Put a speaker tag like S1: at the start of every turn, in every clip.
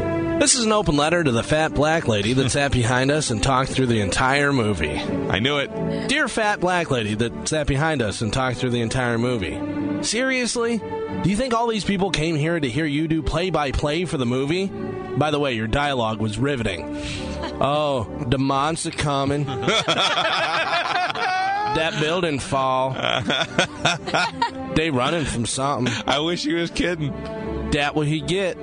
S1: an open letter to the fat black lady that sat behind us and talked through the entire movie.
S2: I knew it.
S1: Dear fat black lady that sat behind us and talked through the entire movie. Seriously? Do you think all these people came here to hear you do play by play for the movie? By the way, your dialogue was riveting. Oh, the monster coming. that building fall. they running from something.
S2: I wish he was kidding.
S1: That what he get.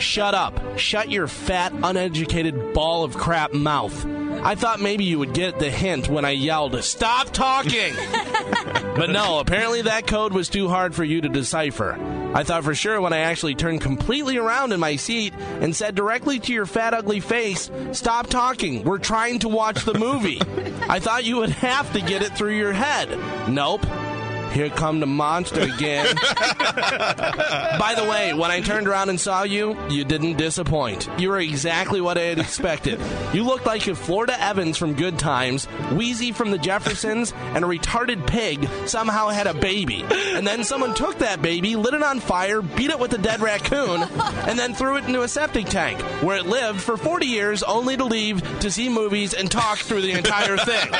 S1: Shut up. Shut your fat, uneducated ball of crap mouth. I thought maybe you would get the hint when I yelled, Stop talking! but no, apparently that code was too hard for you to decipher. I thought for sure when I actually turned completely around in my seat and said directly to your fat, ugly face, Stop talking, we're trying to watch the movie. I thought you would have to get it through your head. Nope. Here come the monster again. By the way, when I turned around and saw you, you didn't disappoint. You were exactly what I had expected. You looked like a Florida Evans from Good Times, Wheezy from the Jeffersons, and a retarded pig somehow had a baby. And then someone took that baby, lit it on fire, beat it with a dead raccoon, and then threw it into a septic tank, where it lived for 40 years only to leave to see movies and talk through the entire thing.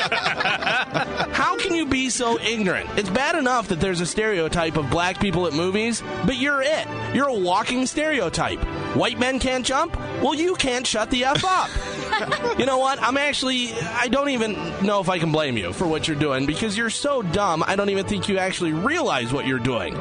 S1: How can you be so ignorant? It's bad enough that there's a stereotype of black people at movies, but you're it. You're a walking stereotype. White men can't jump? Well, you can't shut the F up. you know what? I'm actually, I don't even know if I can blame you for what you're doing because you're so dumb, I don't even think you actually realize what you're doing.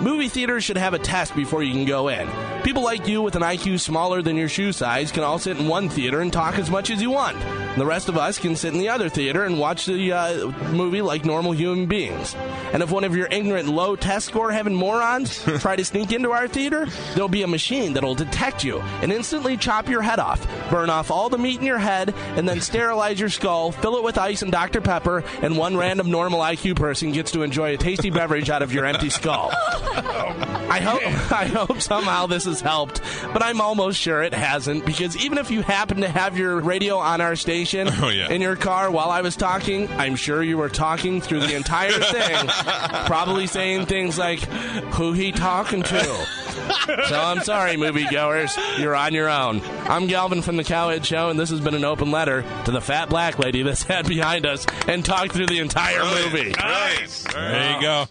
S1: Movie theaters should have a test before you can go in. People like you with an IQ smaller than your shoe size can all sit in one theater and talk as much as you want. The rest of us can sit in the other theater and watch the uh, movie like normal human beings. And if one of your ignorant, low test score having morons try to sneak into our theater, there'll be a machine that'll detect you and instantly chop your head off, burn off all the meat in your head, and then sterilize your skull, fill it with ice and Dr. Pepper, and one random normal IQ person gets to enjoy a tasty beverage out of your empty skull. I hope I hope somehow this has helped, but I'm almost sure it hasn't because even if you happen to have your radio on our station
S2: Oh, yeah.
S1: in your car while I was talking, I'm sure you were talking through the entire thing, probably saying things like who he talking to. So I'm sorry, moviegoers. You're on your own. I'm Galvin from the Cowhead Show, and this has been an open letter to the
S2: Oh,
S1: fat black lady that sat behind us and talked through the entire movie.
S2: Nice. There you go.